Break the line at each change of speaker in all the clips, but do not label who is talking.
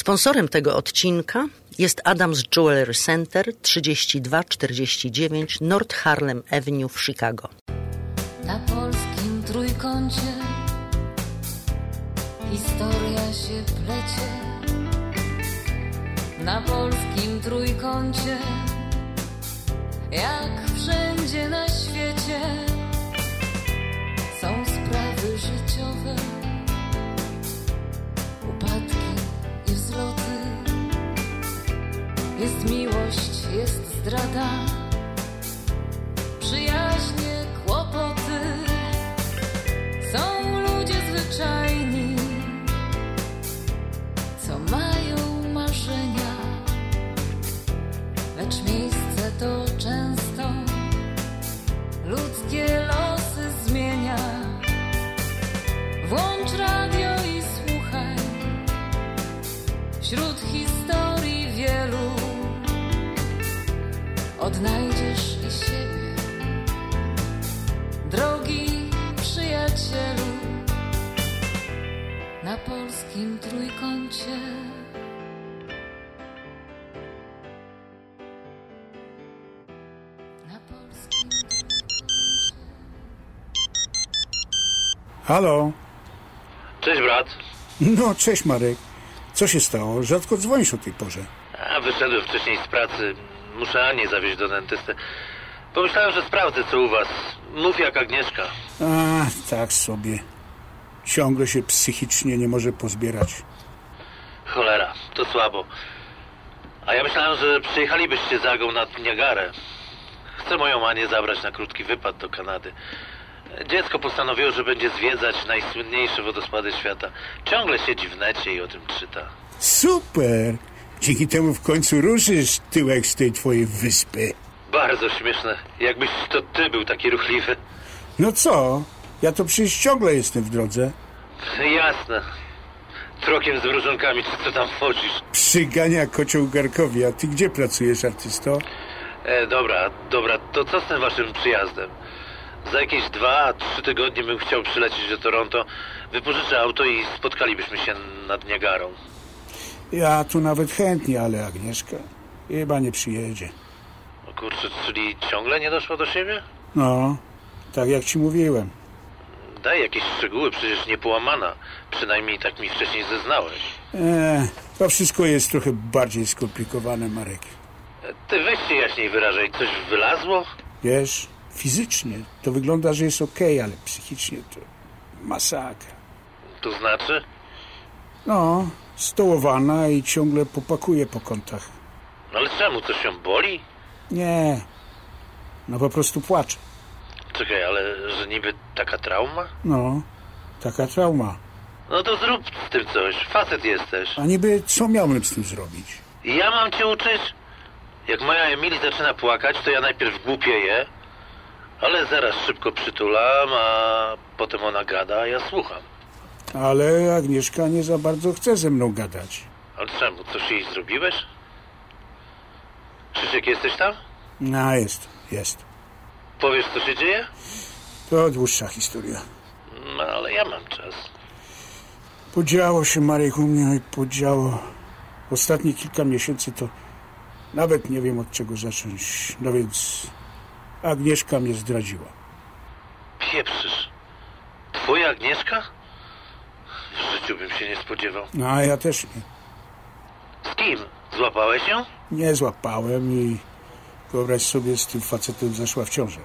Sponsorem tego odcinka jest Adams Jewelry Center 3249 North Harlem Avenue w Chicago.
Na polskim trójkącie historia się plecie. Na polskim trójkącie, jak wszędzie na świecie, są sprawy życiowe, upadki i wzloty. Jest miłość, jest zdrada przyjaźnie, kłopoty. Są ludzie zwyczajni, co mają marzenia, lecz miejsce to często ludzkie losy zmienia. Włącz radio i słuchaj wśród historii wielu. Odnajdziesz i siebie. Drogi przyjacielu, na polskim trójkącie. Na polskim
Halo?
Cześć brat.
No, cześć Marek. Co się stało? Rzadko dzwonisz o tej porze.
A wyszedłem wcześniej z pracy. Muszę Anię zawieźć do dentysty. Pomyślałem, że sprawdzę co u was. Mów jak Agnieszka.
A, tak sobie. Ciągle się psychicznie nie może pozbierać.
Cholera, to słabo. A ja myślałem, że przyjechalibyście z Agą nad Niagarę. Chcę moją Anię zabrać na krótki wypad do Kanady. Dziecko postanowiło, że będzie zwiedzać najsłynniejsze wodospady świata. Ciągle siedzi w necie i o tym czyta.
Super! Dzięki temu w końcu ruszysz tyłek z tej twojej wyspy.
Bardzo śmieszne. Jakbyś to ty był taki ruchliwy.
No co? Ja to przecież ciągle jestem w drodze.
Jasne. Trokiem z wróżonkami, czy co tam wchodzisz?
Przygania kocioł garkowi, a ty gdzie pracujesz, artysto?
E, dobra, dobra, to co z tym waszym przyjazdem? Za jakieś dwa, trzy tygodnie bym chciał przylecieć do Toronto, wypożyczę auto i spotkalibyśmy się nad Niagarą.
Ja tu nawet chętnie, ale Agnieszka chyba nie przyjedzie.
O kurczę, czyli ciągle nie doszło do siebie?
No, tak jak ci mówiłem.
Daj jakieś szczegóły, przecież nie połamana. Przynajmniej tak mi wcześniej zeznałeś.
E, to wszystko jest trochę bardziej skomplikowane, Marek.
E, Ty weź się jaśniej wyrażaj, coś wylazło?
Wiesz, fizycznie to wygląda, że jest okej, ale psychicznie to masakra.
To znaczy?
No, stołowana i ciągle popakuje po kątach.
No ale czemu, coś się boli?
Nie, no po prostu płacze.
Czekaj, ale że niby taka trauma?
No, taka trauma.
No to zrób z tym coś, facet jesteś.
A niby co miałem z tym zrobić?
Ja mam cię uczyć? Jak moja Emili zaczyna płakać, to ja najpierw głupieję, ale zaraz szybko przytulam, a potem ona gada, a ja słucham.
Ale Agnieszka nie za bardzo chce ze mną gadać.
Ale czemu? Coś jej zrobiłeś? Krzysiek, jesteś tam?
No, jest, jest.
Powiesz, co się dzieje?
To dłuższa historia.
No, ale ja mam czas.
Podziało się, Marek, u mnie i podziało. Ostatnie kilka miesięcy to nawet nie wiem od czego zacząć. No więc Agnieszka mnie zdradziła.
Pieprzysz. Twoja Agnieszka? W życiu bym się nie spodziewał.
No a ja też nie.
Z kim? Złapałeś ją?
Nie złapałem i wyobraź sobie, z tym facetem zaszła w ciążę.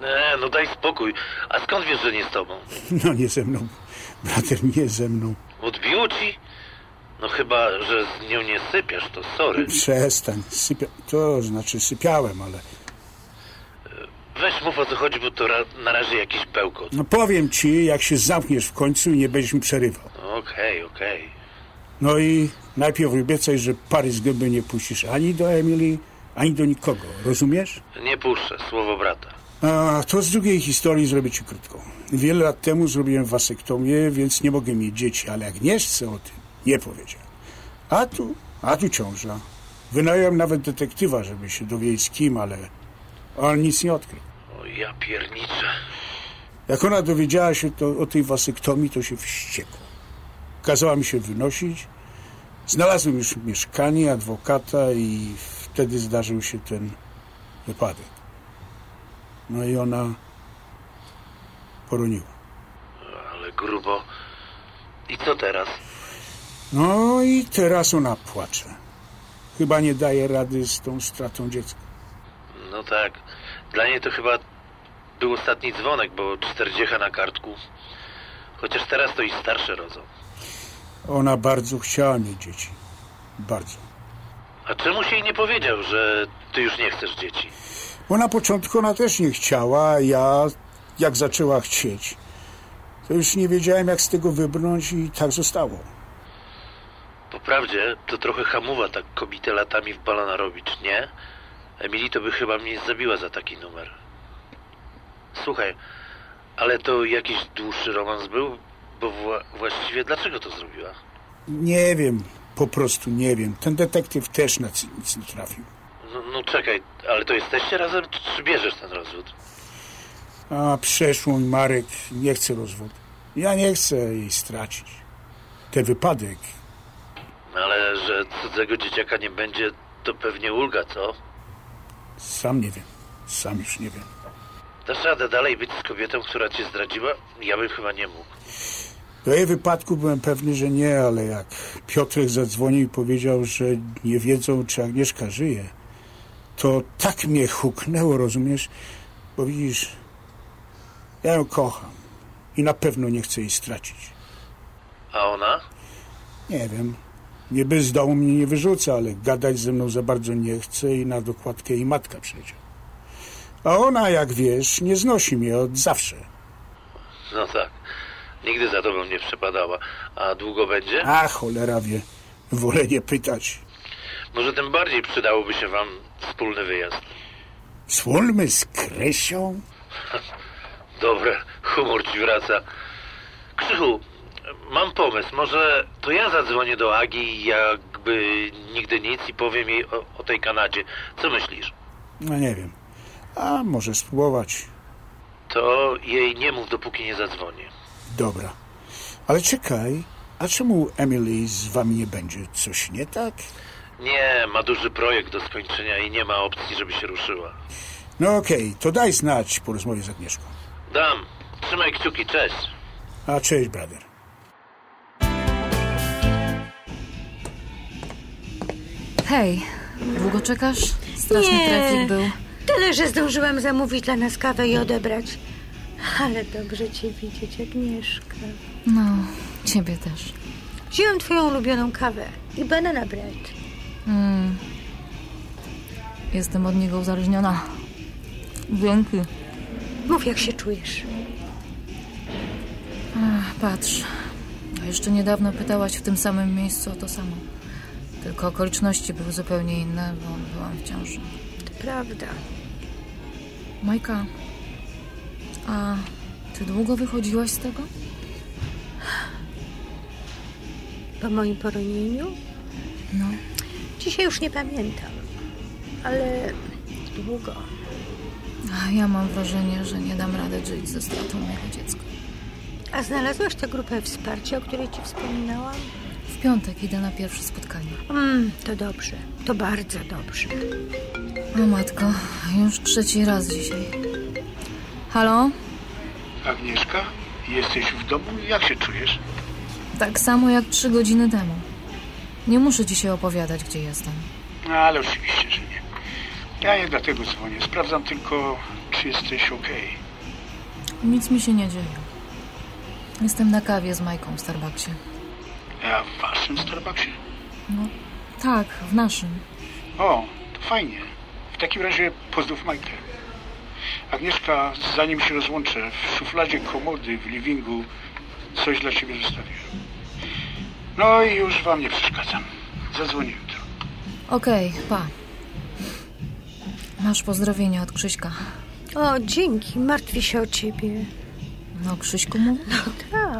Nie, no daj spokój. A skąd wiesz, że nie z tobą?
No nie ze mną, bratem, nie ze mną.
Odbiło ci? No chyba, że z nią nie sypiasz, to sorry.
Przestań, sypia... To znaczy sypiałem, ale...
Weź mów o co chodzi, bo to ra- na razie jakiś pełkot.
No powiem ci, jak się zamkniesz w końcu i nie będziesz mi przerywał.
Okej, okej.
No i najpierw obiecaj, że pary z gęby nie puścisz ani do Emilii, ani do nikogo. Rozumiesz?
Nie puszczę, słowo brata.
A, to z drugiej historii zrobię ci krótką. Wiele lat temu zrobiłem wasektomię, więc nie mogę mieć dzieci, ale Agnieszce o tym nie powiedział. A tu, a tu ciąża. Wynająłem nawet detektywa, żeby się dowiedzieć z kim, ale on nic nie odkrył.
O ja pierniczę.
Jak ona dowiedziała się to, o tej wasyktomii, to się wściekła. Kazała mi się wynosić, Znalazłem już mieszkanie, adwokata i wtedy zdarzył się ten wypadek. No i ona poroniła.
Ale grubo. I co teraz?
No i teraz ona płacze. Chyba nie daje rady z tą stratą dziecka.
No tak. Dla niej to chyba był ostatni dzwonek, bo czterdziecha na kartku. Chociaż teraz to i starsze rodzą.
Ona bardzo chciała mieć dzieci. Bardzo.
A czemu się jej nie powiedział, że ty już nie chcesz dzieci?
Bo na początku ona też nie chciała, a ja jak zaczęła chcieć, to już nie wiedziałem jak z tego wybrnąć i tak zostało.
Po prawdzie, to trochę hamuwa tak kobietę latami w balona robić, nie? Emilii to by chyba mnie zabiła za taki numer. Słuchaj, ale to jakiś dłuższy romans był? Bo wła- właściwie dlaczego to zrobiła?
Nie wiem, po prostu nie wiem. Ten detektyw też na c- nic nie trafił.
No, no czekaj, ale to jesteście razem, czy, czy bierzesz ten rozwód?
A przeszło mi Marek, nie chce rozwodu. Ja nie chcę jej stracić. Ten wypadek,
No ale że cudzego dzieciaka nie będzie, to pewnie ulga, co?
sam nie wiem. Sam już nie wiem.
Dasz radę dalej być z kobietą, która cię zdradziła? Ja bym chyba nie mógł.
Do jej wypadku byłem pewny, że nie, ale jak Piotrek zadzwonił i powiedział, że nie wiedzą, czy Agnieszka żyje, to tak mnie huknęło, rozumiesz? Bo widzisz, ja ją kocham i na pewno nie chcę jej stracić.
A ona?
Nie wiem, niby z domu mnie nie wyrzuca, ale gadać ze mną za bardzo nie chce i na dokładkę jej matka przyjdzie. A ona, jak wiesz, nie znosi mnie od zawsze.
No tak. Nigdy za tobą nie przepadała. A długo będzie?
A cholera wie, wolę nie pytać.
Może tym bardziej przydałoby się wam wspólny wyjazd.
Słonmy z Krysią?
Dobre, humor ci wraca. Krzychu, mam pomysł. Może to ja zadzwonię do Agi jakby nigdy nic i powiem jej o, o tej Kanadzie. Co myślisz?
No nie wiem. A może spróbować.
To jej nie mów, dopóki nie zadzwonię.
Dobra. Ale czekaj, a czemu Emily z wami nie będzie? Coś nie tak?
Nie, ma duży projekt do skończenia i nie ma opcji, żeby się ruszyła.
No okej, to daj znać po rozmowie z Agnieszką.
Dam. Trzymaj kciuki, cześć.
A cześć, brother.
Hej, długo czekasz? Straszny
Nie.
trafik był.
Tyle, że zdążyłam zamówić dla nas kawę i odebrać. Ale dobrze cię widzieć, Agnieszka.
No, ciebie też.
Wziąłem twoją ulubioną kawę i banana bread.
Jestem od niego uzależniona. Dzięki.
Mów, jak się czujesz.
Ach, Patrz, a jeszcze niedawno pytałaś w tym samym miejscu o to samo. Tylko okoliczności były zupełnie inne, bo byłam w ciąży.
To prawda.
Majka, a ty długo wychodziłaś z tego?
Po moim poronieniu?
No.
Dzisiaj już nie pamiętam. Ale długo.
A ja mam wrażenie, że nie dam rady żyć ze stratą mojego dziecka.
A znalazłaś tę grupę wsparcia, o której ci wspominałam?
W piątek idę na pierwsze spotkanie.
Mm, to dobrze. To bardzo dobrze.
O No matko, już trzeci raz dzisiaj. Halo?
Agnieszka, jesteś w domu? Jak się czujesz?
Tak samo jak trzy godziny temu. Nie muszę ci się opowiadać, gdzie jestem.
No, ale oczywiście, że nie. Ja nie dlatego dzwonię. Sprawdzam tylko, czy jesteś ok.
Nic mi się nie dzieje. Jestem na kawie z Majką w Starbucksie.
Ja w waszym Starbucksie?
No, tak, w naszym.
O, to fajnie. W takim razie pozdrów Majkę. Agnieszka, zanim się rozłączę, w szufladzie komody w livingu coś dla ciebie zostawiłem. No i już wam nie przeszkadzam. Zadzwonię jutro.
Okej, pa. Masz pozdrowienie od Krzyśka.
O, dzięki. Martwię się o ciebie.
No, Krzyśku mu?
Tak.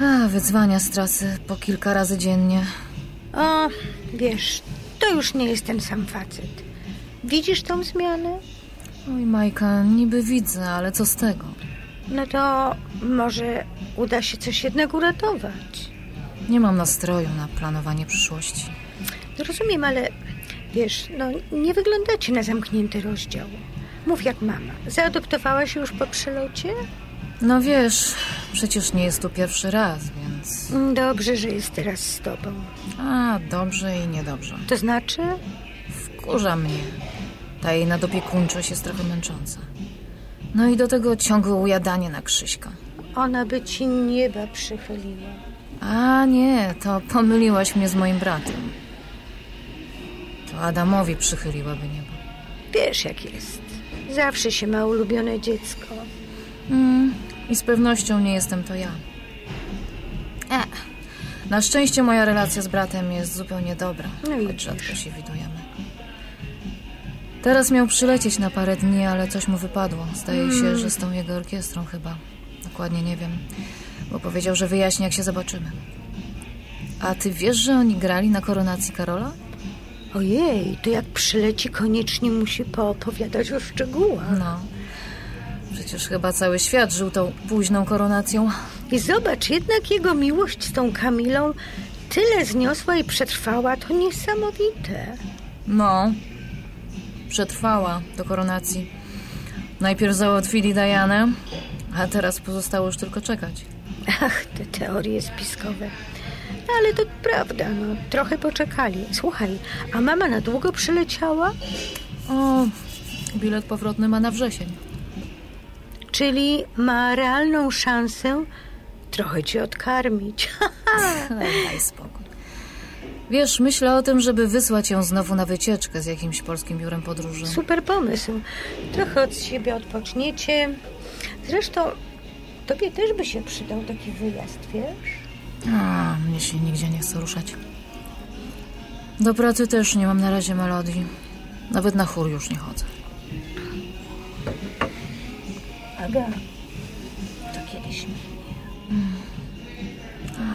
A, wyzwania z trasy po kilka razy dziennie.
O, wiesz, to już nie jest ten sam facet. Widzisz tą zmianę?
Oj, Majka, niby widzę, ale co z tego?
No to może uda się coś jednak uratować.
Nie mam nastroju na planowanie przyszłości.
Rozumiem, ale wiesz, no nie wyglądacie na zamknięty rozdział. Mów jak mama. Zaadoptowałaś już po przelocie?
No wiesz, przecież nie jest tu pierwszy raz, więc.
Dobrze, że jest teraz z tobą.
A, dobrze i niedobrze.
To znaczy?
Wkurza mnie. Ta jej nadopiekuńczość jest trochę męcząca. No i do tego ciągłe ujadanie na Krzyśka.
Ona by ci nieba przychyliła.
A nie, to pomyliłaś mnie z moim bratem. To Adamowi przychyliłaby niebo.
Wiesz jak jest. Zawsze się ma ulubione dziecko.
I z pewnością nie jestem to ja. E. Na szczęście moja relacja z bratem jest zupełnie dobra,
No i
choć
widzisz.
rzadko się widujemy. Teraz miał przylecieć na parę dni, ale coś mu wypadło. Zdaje
Hmm.
się, że z tą jego orkiestrą chyba. Dokładnie nie wiem, bo powiedział, że wyjaśni, jak się zobaczymy. A ty wiesz, że oni grali na koronacji Karola?
Ojej, to jak przyleci, koniecznie musi poopowiadać o szczegółach.
No. Przecież chyba cały świat żył tą późną koronacją.
I zobacz, jednak jego miłość z tą Kamilą tyle zniosła i przetrwała, to niesamowite.
No. Przetrwała do koronacji. Najpierw załatwili Dianę, a teraz pozostało już tylko czekać.
Ach, te teorie spiskowe. No, ale to prawda, no, trochę poczekali. Słuchaj, a mama na długo przyleciała?
O, bilet powrotny ma na wrzesień.
Czyli ma realną szansę trochę cię odkarmić.
No, Daj spokój. Wiesz, myślę o tym, żeby wysłać ją znowu na wycieczkę z jakimś polskim biurem podróży.
Super pomysł. Trochę od siebie odpoczniecie. Zresztą tobie też by się przydał taki wyjazd, wiesz?
A, mnie się nigdzie nie chce ruszać. Do pracy też nie mam na razie melodii. Nawet na chór już nie chodzę.
Aga, to kiedyś mi.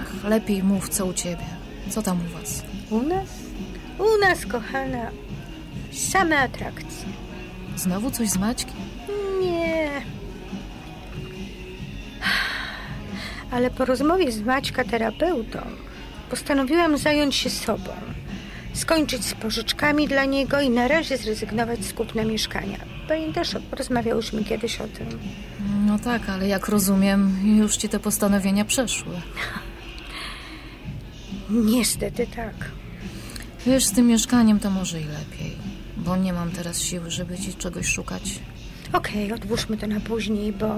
Ach, lepiej mów, co u ciebie. Co tam u was?
U nas? U nas, kochana, same atrakcje.
Znowu coś z Maćki?
Nie. Ale po rozmowie z Maćka terapeutą postanowiłam zająć się sobą. Skończyć z pożyczkami dla niego i na razie zrezygnować z kupna mieszkania. Pamiętasz, rozmawiałyśmy kiedyś o tym.
No tak, ale jak rozumiem, już ci te postanowienia przeszły.
Niestety tak.
Wiesz, z tym mieszkaniem to może i lepiej, bo nie mam teraz siły, żeby ci czegoś szukać.
Okej, odłóżmy to na później, bo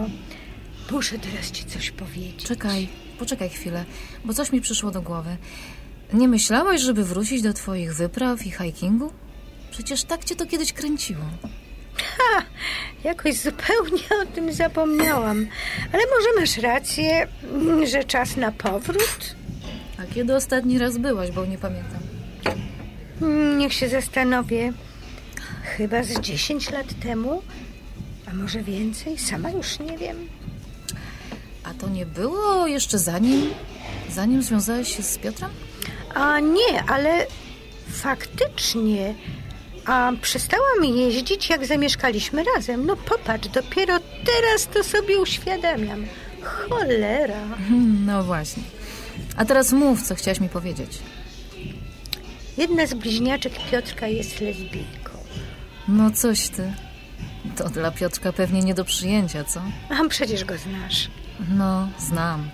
muszę teraz ci coś powiedzieć.
Czekaj, poczekaj chwilę, bo coś mi przyszło do głowy. Nie myślałaś, żeby wrócić do twoich wypraw i hikingu? Przecież tak cię to kiedyś kręciło.
Jakoś zupełnie o tym zapomniałam. Ale może masz rację, że czas na powrót?
A kiedy ostatni raz byłaś, bo nie pamiętam.
Mm, Niech się zastanowię. Chyba z 10 lat temu, a może więcej, sama już nie wiem.
A to nie było jeszcze zanim, zanim związałaś się z Piotrem?
A nie, ale faktycznie. A przestałam jeździć, jak zamieszkaliśmy razem. No popatrz, dopiero teraz to sobie uświadamiam. Cholera.
Hmm, No właśnie. A teraz mów, co chciałaś mi powiedzieć.
Jedna z bliźniaczek Piotrka jest lesbijką.
No coś ty. To dla Piotrka pewnie nie do przyjęcia, co?
A przecież go znasz.
No, znam.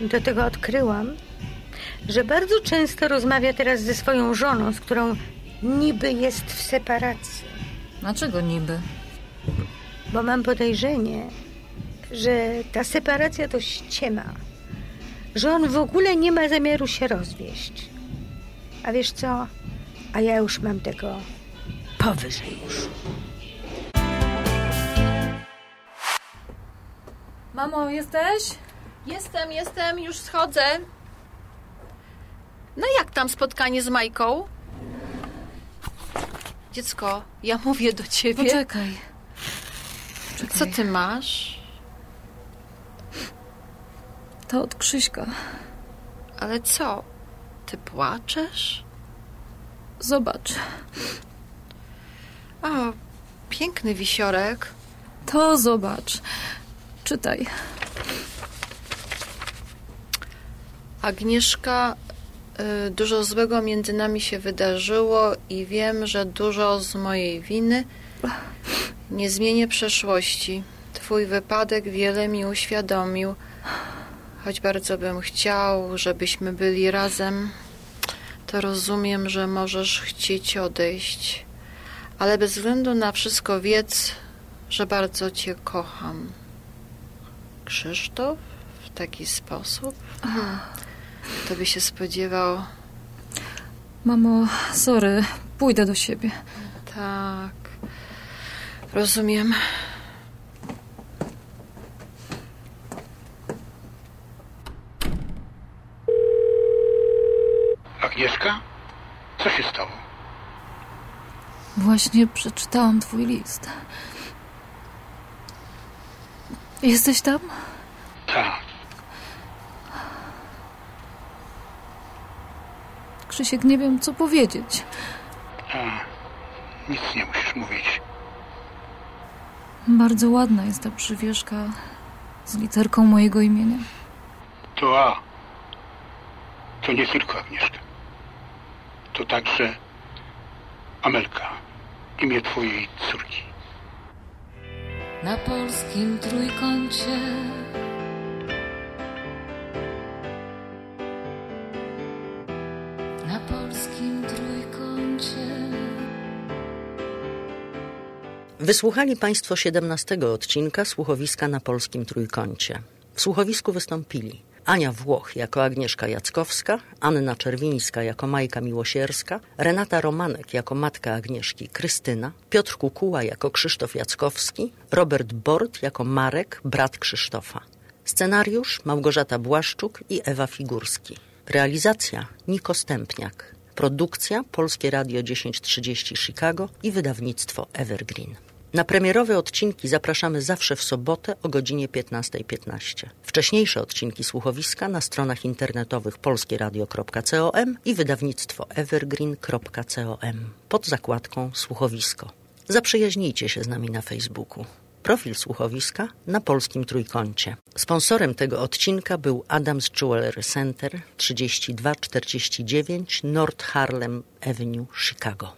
Do tego odkryłam, że bardzo często rozmawia teraz ze swoją żoną, z którą niby jest w separacji,
Dlaczego niby?
bo mam podejrzenie, że ta separacja to ściema, że on w ogóle nie ma zamiaru się rozwieść. A wiesz co? A ja już mam tego powyżej już.
Mamo, jesteś? Jestem, jestem, już schodzę. No jak tam spotkanie z Majką? Dziecko, ja mówię do ciebie.
Poczekaj.
Co ty masz?
To od Krzyśka.
Ale co? Ty płaczesz?
Zobacz.
O, piękny wisiorek.
To zobacz. Czytaj.
Agnieszka, y, dużo złego między nami się wydarzyło i wiem, że dużo z mojej winy. Nie zmienię przeszłości. Twój wypadek wiele mi uświadomił. Choć bardzo bym chciał, żebyśmy byli razem, to rozumiem, że możesz chcieć odejść. Ale bez względu na wszystko wiedz, że bardzo cię kocham. Krzysztof? W taki sposób? Kto by się spodziewał?
Mamo, sorry, pójdę do siebie.
Tak. Rozumiem.
Agnieszka? Co się stało?
Właśnie przeczytałam twój list. Jesteś tam?
Tak.
Krzysiek, nie wiem, co powiedzieć.
A, Tak. nic nie musisz mówić.
Bardzo ładna jest ta przywieszka z literką mojego imienia.
To A. To nie tylko Agnieszka. To także Amelka. Imię twojej córki.
na polskim trójkącie. Na polskim trójkącie.
Wysłuchali Państwo 17 odcinka słuchowiska na polskim trójkącie. W słuchowisku wystąpili Ania Włoch jako Agnieszka Jackowska, Anna Czerwińska jako Majka Miłosierska, Renata Romanek jako matka Agnieszki Krystyna, Piotr Kukuła jako Krzysztof Jackowski, Robert Bord jako Marek, brat Krzysztofa. Scenariusz Małgorzata Błaszczuk i Ewa Figurski. Realizacja Niko Stępniak. Produkcja Polskie Radio 1030 Chicago i wydawnictwo Evergreen. Na premierowe odcinki zapraszamy zawsze w sobotę o godzinie 15.15. Wcześniejsze odcinki słuchowiska na stronach internetowych polskieradio.com i wydawnictwo evergreen.com pod zakładką Słuchowisko. Zaprzyjaźnijcie się z nami na Facebooku. Profil słuchowiska na polskim trójkącie. Sponsorem tego odcinka był Adams Jewelry Center 3249 North Harlem Avenue, Chicago.